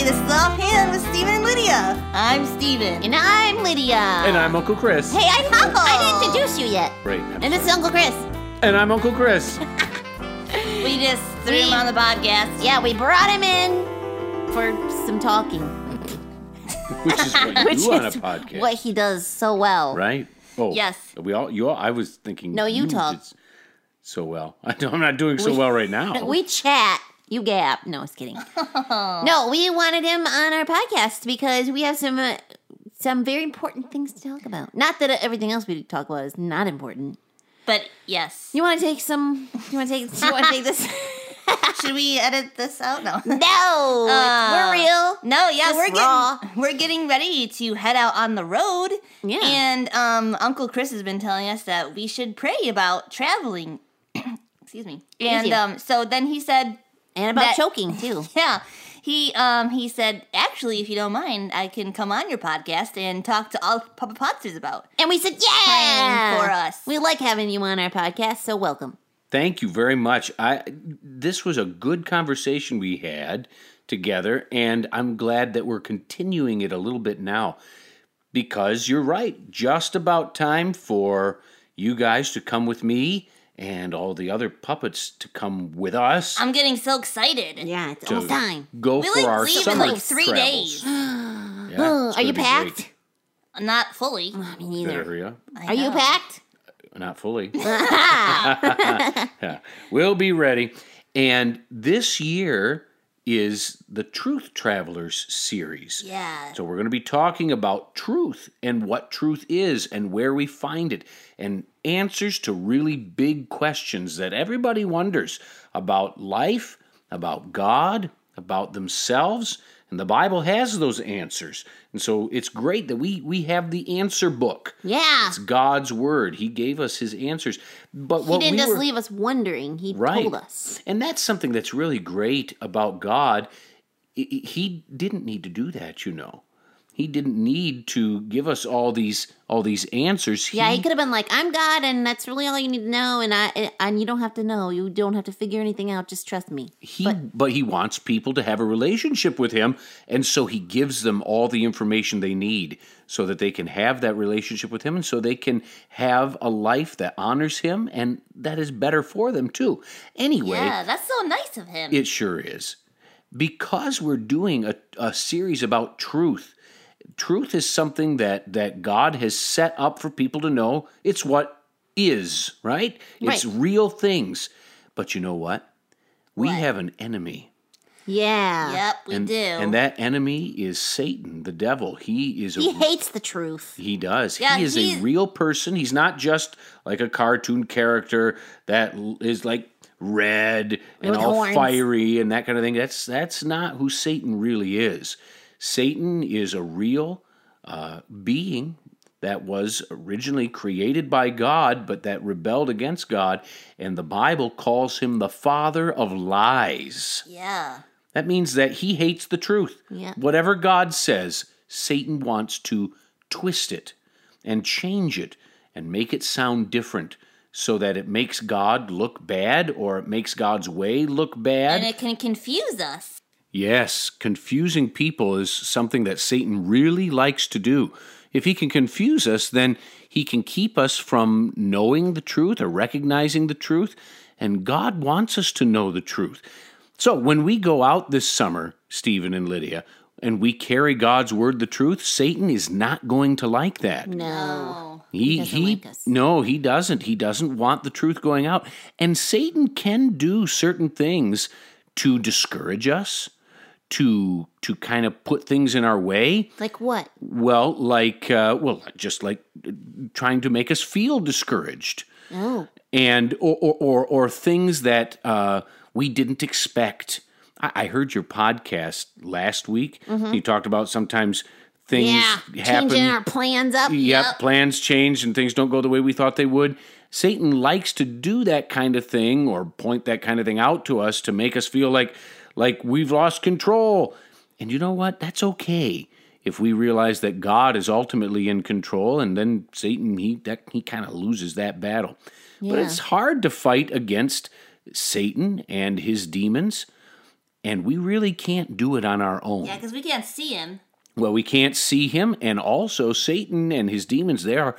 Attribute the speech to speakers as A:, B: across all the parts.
A: Offhand with Steven and Lydia.
B: I'm Steven.
C: And I'm Lydia.
D: And I'm Uncle Chris.
C: Hey, I'm Uncle. I didn't introduce you yet.
D: Great.
B: And this is Uncle Chris.
D: And I'm Uncle Chris.
B: We just threw
C: We-
B: him on the podcast.
C: Yeah, we brought him in for some talking,
D: Which is what you
C: which
D: do on a
C: is
D: podcast.
C: what he does so well.
D: right? Oh.
B: Yes.
D: We all you all I was thinking
C: No, you talk.
D: did so well. I don't, I'm not doing so well right now.
C: We chat. You gap. No, I was kidding. no, we wanted him on our podcast because we have some uh, some very important things to talk about. Not that everything else we talk about is not important.
B: But yes.
C: You want to take some? You want to take? You want to take this?
A: Should we edit this out? No.
C: no, it's-
B: Uh,
C: we're real.
A: No, yeah,
C: Just
A: we're getting
C: raw.
A: we're getting ready to head out on the road.
C: Yeah.
A: And um, Uncle Chris has been telling us that we should pray about traveling. Excuse me. And
C: you.
A: um, so then he said,
C: And about
A: That-
C: choking too.
A: yeah. He um he said, actually, if you don't mind, I can come on your podcast and talk to all Papa Potsters about.
C: And we said, yeah,
A: for us.
C: We like having you on our podcast, so welcome.
D: Thank you very much. I this was a good conversation we had together, and I'm glad that we're continuing it a little bit now because you're right. Just about time for you guys to come with me and all the other puppets to come with us.
A: I'm getting so excited.
C: Yeah, it's
D: to
C: almost time.
D: Go
A: We
D: for
A: like
D: our
A: leave
D: summer
A: in like three
D: travels.
A: days.
D: Yeah,
C: Ugh,
D: it's
C: Are
D: gonna
C: you
D: be
C: packed?
D: great.
A: Not fully.
C: I mean,
D: Better
C: either.
D: hurry up.
C: Mm-hmm. Are you packed?
D: Not fully. we'll be ready. And this year is the Truth Travelers series.
A: Yeah.
D: So we're going to be talking about truth and what truth is and where we find it and answers to really big questions that everybody wonders about life, about God, about themselves, and the Bible has those answers. And so it's great that we we have the answer book.
C: Yeah.
D: It's God's word. He gave us his answers. But
C: He
D: what
C: didn't
D: we
C: just
D: were,
C: leave us wondering. He
D: Right.
C: told us.
D: and that's something that's really great about God. I- I- He didn't need to do that, you know. He didn't need to give us all these all these answers.
C: Yeah, he could have been like, "I'm God, and that's really all you need to know, and I and you don't have to know. You don't have to figure anything out. Just trust me."
D: he but, he wants people to have a relationship with him and so he gives them all the information they need so that they can have that relationship with him and so they can have a life that honors him and that is better for them too anyway
A: Yeah, that's so nice of him.
D: It sure is. Because we're doing a, a series about truth. Truth is something that that God has set up for people to know. It's what is, right? It's
C: Right.
D: real things. But you know what? We have an enemy.
C: Yeah.
A: yep, we
D: and,
A: do.
D: And that enemy is Satan, the devil. He is a
C: He hates the truth.
D: he does.
A: Yeah,
D: he is
A: he-
D: a real person. He's not just like a cartoon character that l- is like red and
C: With
D: all
C: horns.
D: fiery and that kind of thing. That's that's not who Satan really is. Satan is a real uh, being that was originally created by God, but that rebelled against God, and the Bible calls him the father of lies.
A: yeah.
D: That means that he hates the truth.
C: Yeah.
D: Whatever God says, Satan wants to twist it and change it and make it sound different so that it makes God look bad or it makes God's way look bad.
A: And it can confuse us.
D: Yes, confusing people is something that Satan really likes to do. If he can confuse us, then he can keep us from knowing the truth or recognizing the truth. And God wants us to know the truth. So when we go out this summer, Stephen and Lydia, and we carry God's word, the truth, Satan is not going to like that.
C: No.
A: Oh.
D: He,
C: doesn't
D: he
C: like us.
D: no, he doesn't. He doesn't want the truth going out. And Satan can do certain things to discourage us, to to kind of put things in our way.
C: Like what?
D: Well, like uh, well, just like uh, trying to make us feel discouraged
C: Oh.
D: and or or or, or things that uh, we didn't expect. I, I heard your podcast last week. You talked about sometimes things
C: Mm-hmm. Yeah.
D: happen.
C: Changing our plans up.
D: Yep, plans change and things don't go the way we thought they would. Satan likes to do that kind of thing or point that kind of thing out to us to make us feel like like we've lost control. And you know what? That's okay. If we realize that God is ultimately in control and then Satan he that he kind of loses that battle. But it's hard to fight against Satan and his demons And we really can't do it on our own.
A: Yeah, because we can't see him.
D: Well, we can't see him, and also Satan and his demons, they are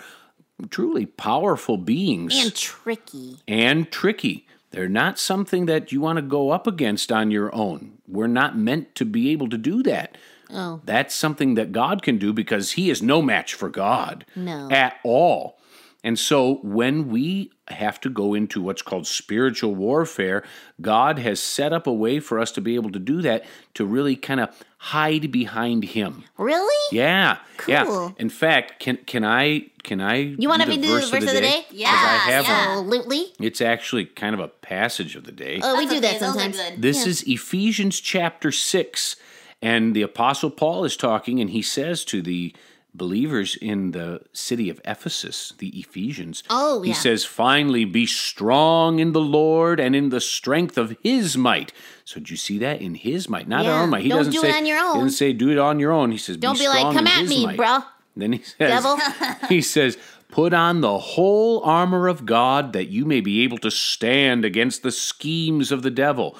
D: truly powerful beings
C: And tricky.
D: and tricky. They're not something that you want to go up against on your own. We're not meant to be able to do that.
C: Oh.
D: That's something that God can do because He is no match for God
C: No.
D: at all. And so when we have to go into what's called spiritual warfare, God has set up a way for us to be able to do that to really kind of hide behind Him.
C: Really?
D: Yeah. Yeah.
C: Cool.
D: In fact, can can I can I
C: You want to do the verse of the day?
D: 'Cause I have one.
C: Absolutely.
D: It's actually kind of a passage of the day.
C: Oh, we do that
A: Okay, those are
C: sometimes.
A: good.
D: This is Ephesians chapter 6. And the Apostle Paul is talking, and he says to the believers in the city of Ephesus, the Ephesians,
C: Oh,
D: he
C: yeah.
D: says, Finally, be strong in the Lord and in the strength of his might. So, did you see that? In his might, not
C: Yeah.
D: our might. He
C: Don't
D: doesn't
C: do it
D: say,
C: on your own.
D: He doesn't say, Do it on your own. He says,
C: Don't be like,
D: strong
C: come
D: in
C: at
D: his
C: me,
D: might."
C: bro.
D: Then he says,
C: Devil.
D: he says, put on the whole armor of God that you may be able to stand against the schemes of the devil.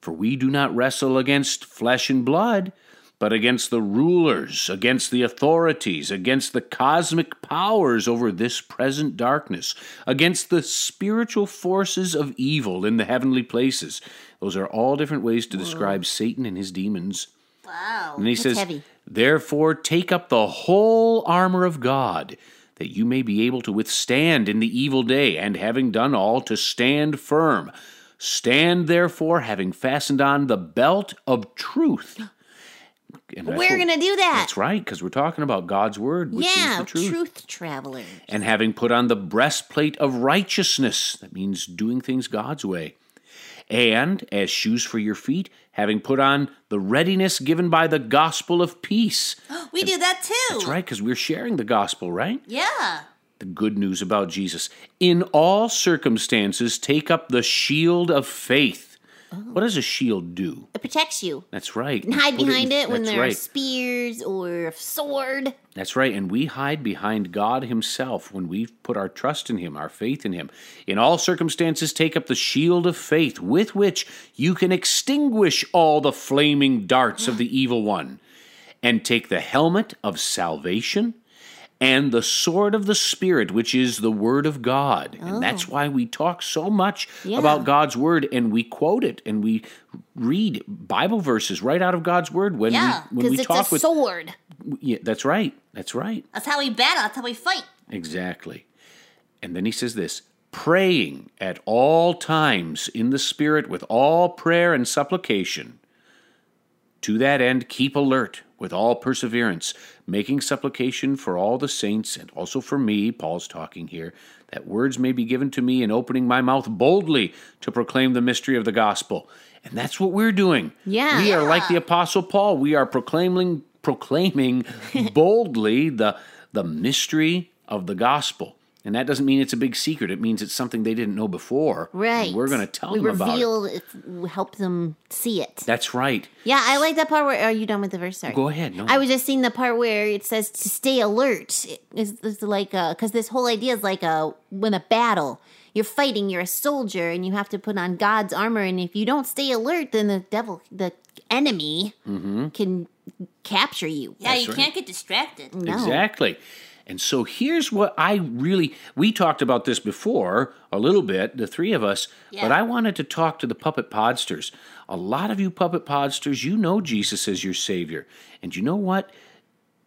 D: For we do not wrestle against flesh and blood, but against the rulers, against the authorities, against the cosmic powers over this present darkness, against the spiritual forces of evil in the heavenly places. Those are all different ways to describe Satan and his demons. And he says,
C: heavy.
D: Therefore, take up the whole armor of God, that you may be able to withstand in the evil day, and having done all, to stand firm. Stand therefore, having fastened on the belt of truth. And that's
C: We're
D: what-
C: going to do that.
D: That's right, because we're talking about God's word, which is
C: yeah,
D: the truth.
C: truth traveler.
D: And having put on the breastplate of righteousness, that means doing things God's way. And as shoes for your feet, having put on the readiness given by the gospel of peace.
A: We do that too.
D: That's right, because we're sharing the gospel, right?
A: Yeah.
D: The good news about Jesus. In all circumstances, take up the shield of faith. What does a shield do?
C: It protects you.
D: That's right.
C: And hide
D: Put in-
C: behind it, when
D: Mm, that's
C: there are
D: right.
C: spears or a sword.
D: That's right. And we hide behind God Himself when we put our trust in Him, our faith in Him. In all circumstances, take up the shield of faith with which you can extinguish all the flaming darts of the evil one, and take the helmet of salvation and the sword of the Spirit, which is the Word of God. And that's
C: Oh.
D: why we talk so much about God's Word and we quote it and we read Bible verses right out of God's Word when
A: Yeah,
D: we, when
C: Because
D: we
C: it's
D: talk
C: a
D: with.
C: sword.
D: Yeah, that's right. That's right.
A: That's how we battle. That's how we fight.
D: Exactly. And then he says this praying at all times in the Spirit with all prayer and supplication. To that end, keep alert with all perseverance, making supplication for all the saints and also for me, Paul's talking here, that words may be given to me in opening my mouth boldly to proclaim the mystery of the gospel. And that's what we're doing.
C: Yeah.
D: We are like the apostle Paul. We are proclaiming proclaiming boldly the the mystery of the gospel. And that doesn't mean it's a big secret. It means it's something they didn't know before. And
C: Right.
D: we're going to tell
C: we
D: them about it.
C: reveal it. We help them see it.
D: That's right.
C: Yeah, I like that part where. Are you done with the verse? Sorry.
D: Go ahead. No.
C: I was just seeing the part where it says to stay alert. Is is like a because this whole idea is like a when a battle you're fighting, you're a soldier, and you have to put on God's armor. And if you don't stay alert, then the devil, the enemy,
D: Mm-hmm.
C: can capture you.
A: Yeah,
D: That's
A: you
D: right.
A: can't get distracted.
C: No.
D: Exactly. And so here's what I really we talked about this before a little bit, the three of us, but I wanted to talk to the puppet podsters. A lot of you puppet podsters, you know Jesus as your savior. And you know what?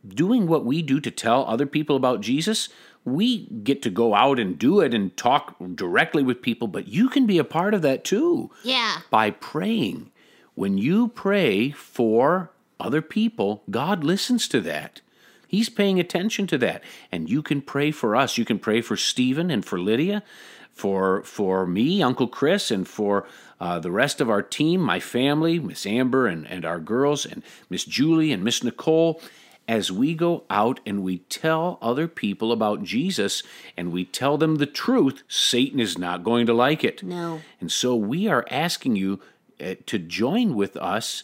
D: Doing what we do to tell other people about Jesus, we get to go out and do it and talk directly with people, but you can be a part of that too
C: Yeah.
D: by praying. When you pray for other people, God listens to that. He's paying attention to that. And you can pray for us. You can pray for Stephen and for Lydia, for for me, Uncle Chris, and for uh, the rest of our team, my family, Miss Amber and, and our girls, and Miss Julie and Miss Nicole. As we go out and we tell other people about Jesus and we tell them the truth, Satan is not going to like it.
C: No.
D: And so we are asking you uh, to join with us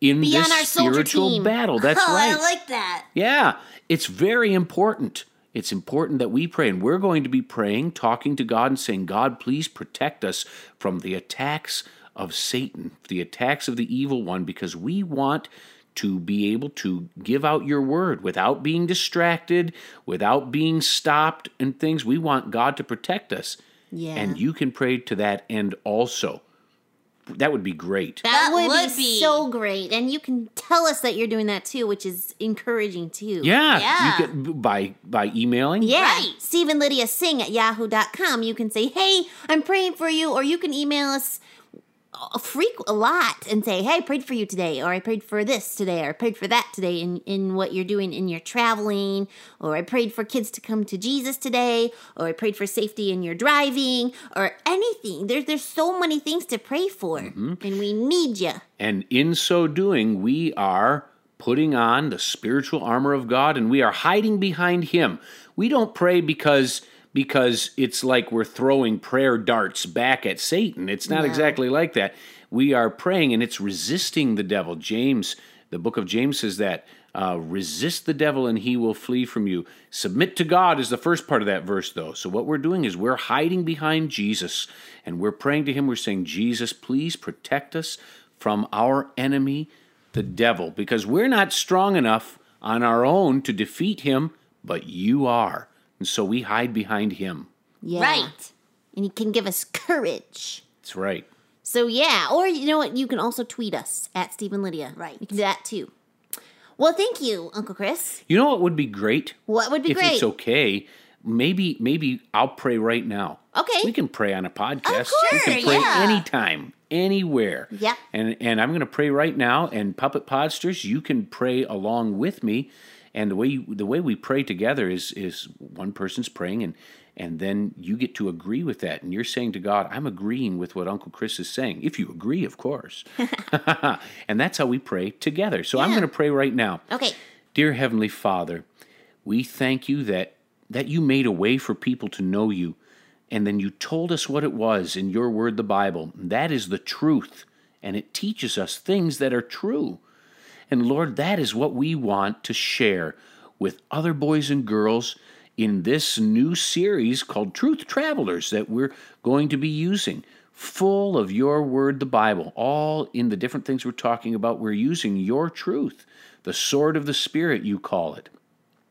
D: in
C: Be on
D: this
C: our soldier
D: spiritual
C: team.
D: battle. That's
A: Oh,
D: right.
A: I like that.
D: yeah, it's very important. It's important that we pray, and we're going to be praying, talking to God, and saying, God, please protect us from the attacks of Satan, the attacks of the evil one, because we want to be able to give out your word without being distracted, without being stopped and things. We want God to protect us.
C: Yeah.
D: And you can pray to that end also. That would be great.
C: That,
B: That
C: would,
B: would
C: be,
B: be.
C: so great. And you can tell us that you're doing that too, which is encouraging too.
D: yeah.
B: Yeah.
D: You could, by by emailing.
C: Yeah.
B: Right.
C: Stephen Lydia Sing at yahoo.com. You can say, hey, I'm praying for you. Or you can email us a freak a lot and say, hey, I prayed for you today. Or I prayed for this today. Or I prayed for that today in, in what you're doing in your traveling. Or I prayed for kids to come to Jesus today. Or I prayed for safety in your driving. Or anything. There's, there's so many things to pray for.
B: Mm-hmm.
C: And we need you.
D: And in so doing, we are putting on the spiritual armor of God and we are hiding behind him. We don't pray because because it's like we're throwing prayer darts back at Satan. It's not exactly like that. We are praying and it's resisting the devil. James, the book of James says that uh, resist the devil and he will flee from you. Submit to God is the first part of that verse, though. So, what we're doing is we're hiding behind Jesus and we're praying to him. We're saying, Jesus, please protect us from our enemy, the devil, because we're not strong enough on our own to defeat him, but you are. And so we hide behind him.
C: Yeah.
B: Right.
C: And he can give us courage.
D: That's right.
C: So yeah, or you know what? You can also tweet us at Stephen Lydia.
B: Right.
C: you can do that too. Well, thank you, Uncle Chris.
D: You know what would be great?
C: What would be
D: if
C: great?
D: it's okay, maybe maybe I'll pray right now.
C: Okay.
D: We can pray on a podcast. we
C: course,
D: can pray
B: yeah.
D: anytime, anywhere.
C: Yeah.
D: And and I'm going to pray right now and puppet podsters, you can pray along with me. And the way you, the way we pray together is is one person's praying and and then you get to agree with that and you're saying to God, I'm agreeing with what Uncle Chris is saying. If you agree, of course. and that's how we pray together. So I'm going to pray right now.
C: Okay.
D: Dear Heavenly Father, we thank you that that you made a way for people to know you, and then you told us what it was in your word, the Bible. That is the truth, and it teaches us things that are true. And Lord, that is what we want to share with other boys and girls in this new series called Truth Travelers that we're going to be using. Full of your word, the Bible, all in the different things we're talking about, we're using your truth, the sword of the Spirit, you call it.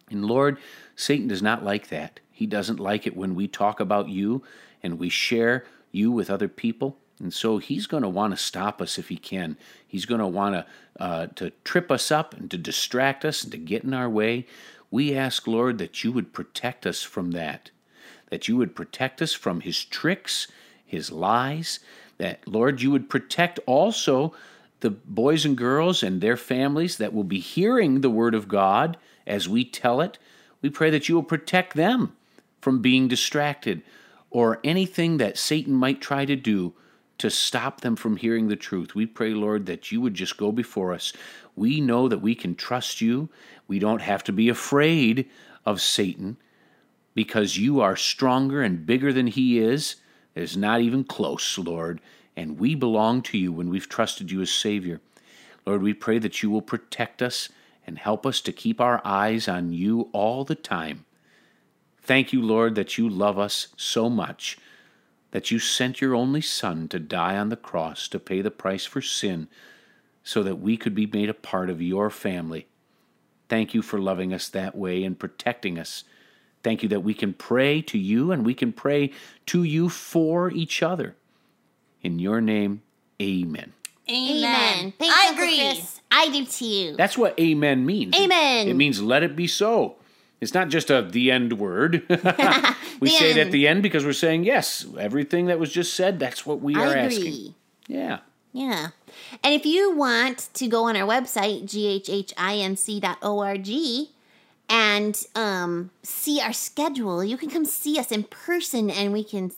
D: And Lord, Satan does not like that. He doesn't like it when we talk about you and we share you with other people. And so he's going to want to stop us if he can. He's going to want to uh, to trip us up and to distract us and to get in our way. We ask, Lord, that you would protect us from that that you would protect us from his tricks, his lies, that, Lord, you would protect also the boys and girls and their families that will be hearing the word of God as we tell it. We pray that you will protect them from being distracted or anything that Satan might try to do to stop them from hearing the truth. We pray, Lord, that you would just go before us. We know that we can trust you. We don't have to be afraid of Satan because you are stronger and bigger than he is. There's not even close, Lord, and we belong to you when we've trusted you as Savior. Lord, we pray that you will protect us and help us to keep our eyes on you all the time. Thank you, Lord, that you love us so much, that you sent your only Son to die on the cross to pay the price for sin so that we could be made a part of your family. Thank you for loving us that way and protecting us. Thank you that we can pray to you and we can pray to you for each other. In your name, amen.
B: Amen.
C: Thanks,
B: I
C: Uncle
B: agree.
C: Chris. I do too.
D: That's what amen means.
C: Amen.
D: It means let it be so. It's not just a the end word. we say it at
C: end.
D: the end because we're saying yes, everything that was just said, that's what we
C: I
D: are
C: agree.
D: asking. Yeah.
C: Yeah. And if you want to go on our website, ghhinc.org, and um, see our schedule, you can come see us in person and we can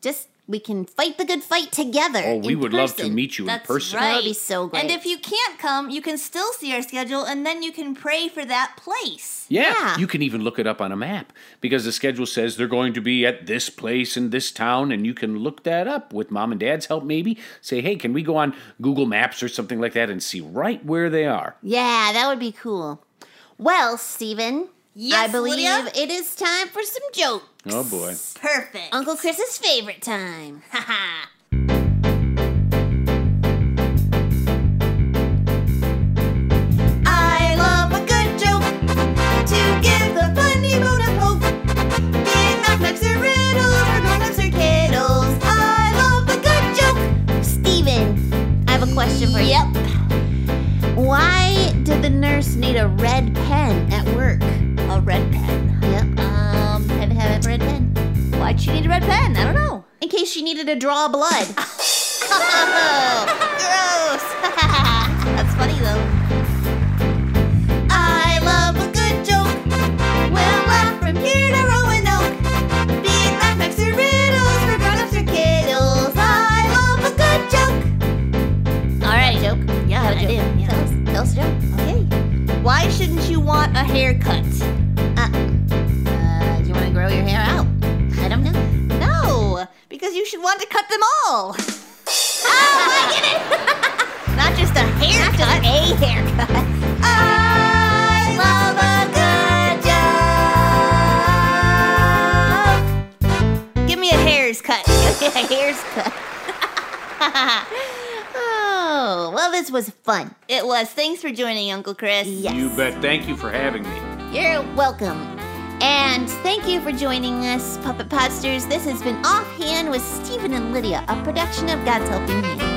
C: just, we can fight the good fight together.
D: Oh, we
C: in
D: would love to
C: person.
D: meet you in
B: That's
D: person.
B: right.
C: That would be so great.
B: And if you can't come, you can still see our schedule and then you can pray for that place.
D: Yeah,
C: Yeah.
D: you can even look it up on a map because the schedule says they're going to be at this place in this town, and you can look that up with mom and dad's help, maybe. Say, hey, can we go on Google Maps or something like that and see right where they are?
C: Yeah, that would be cool. Well, Steven,
B: Yes,
C: I believe
B: Lydia?
C: it is time for some jokes.
D: Oh boy.
B: Perfect.
C: Uncle Chris's favorite time.
B: Haha.
C: for you. Yep. Why did the nurse need a red pen at work?
A: A red pen.
C: Yep. Um, had to have a red pen.
A: Why'd she need a red pen? I don't know.
C: In case she needed to draw blood.
A: That's funny though.
B: I love a good joke. We'll laugh from here to Roanoke. Be it laugh or riddles for grown-ups or kiddles. I love a good joke.
A: All right, joke. Yeah, I did. Yeah.
C: Tell us, tell us a joke.
A: Okay. Why shouldn't you want a haircut?
C: Uh, do you want to grow your hair out? I don't know.
A: No, because you should want to cut them all. oh, I get it. Not just a haircut. a haircut.
B: I love a good joke.
A: Give me a hair's cut. Give me a hair's cut.
C: Oh, well, this was fun.
A: It was. Thanks for joining, Uncle Chris.
C: Yes.
D: You bet. Thank you for having me.
C: You're welcome. And thank you for joining us, Puppet Podsters. This has been Offhand with Stephen and Lydia, a production of God's Helping Hand.